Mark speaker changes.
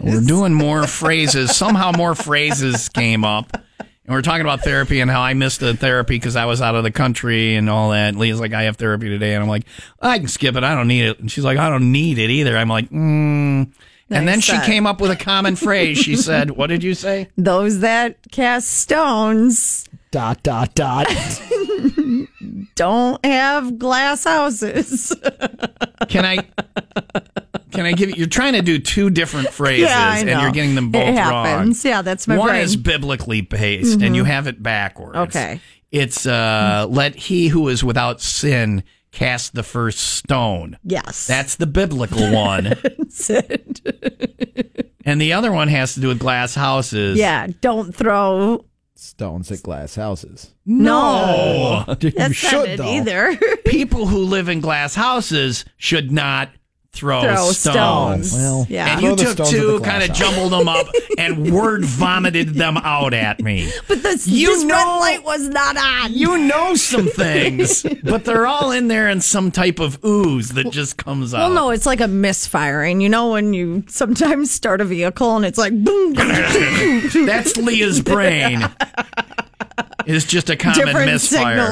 Speaker 1: We're doing more phrases. Somehow more phrases came up. And we're talking about therapy and how I missed the therapy because I was out of the country and all that. Leah's like, I have therapy today. And I'm like, I can skip it. I don't need it. And she's like, I don't need it either. I'm like, mm. And then
Speaker 2: Nice
Speaker 1: she
Speaker 2: set.
Speaker 1: came up with a common phrase. She said, What did you say?
Speaker 2: Those that cast stones
Speaker 3: Dot dot dot.
Speaker 2: don't have glass houses.
Speaker 1: Can I? Can I give you? You're trying to do two different phrases, and you're getting them both
Speaker 2: it
Speaker 1: wrong.
Speaker 2: happens. Yeah, that's my
Speaker 1: One
Speaker 2: brain. Mm-hmm.
Speaker 1: is biblically based, and you have it backwards.
Speaker 2: Okay.
Speaker 1: It's uh, let he who is without sin cast the first stone.
Speaker 2: yes.
Speaker 1: That's the biblical one.
Speaker 2: it.
Speaker 1: and the other one has to do with glass houses.
Speaker 2: Yeah, don't throw.
Speaker 3: Stones at glass houses.
Speaker 2: No.
Speaker 1: Oh,
Speaker 3: You
Speaker 2: That's not
Speaker 3: should
Speaker 2: it
Speaker 3: though.
Speaker 2: either.
Speaker 1: people who live in glass houses should not throw,
Speaker 2: throw stones.
Speaker 3: Well,
Speaker 2: yeah.
Speaker 1: And
Speaker 3: Throw
Speaker 1: you
Speaker 3: the
Speaker 1: took
Speaker 3: stones at
Speaker 1: two,
Speaker 3: the glass
Speaker 1: kind of
Speaker 3: house.
Speaker 1: jumbled them up, and word vomited them out at me.
Speaker 2: but this,
Speaker 1: you
Speaker 2: this red
Speaker 1: know-
Speaker 2: light was not on.
Speaker 1: You know some things, but they're all in there in some type of ooze that just comes out.
Speaker 2: Well, no, it's like a misfiring. You know when you sometimes start a vehicle and it's like boom,
Speaker 1: That's Leah's brain. It's just a common
Speaker 2: different
Speaker 1: misfire.
Speaker 2: signals.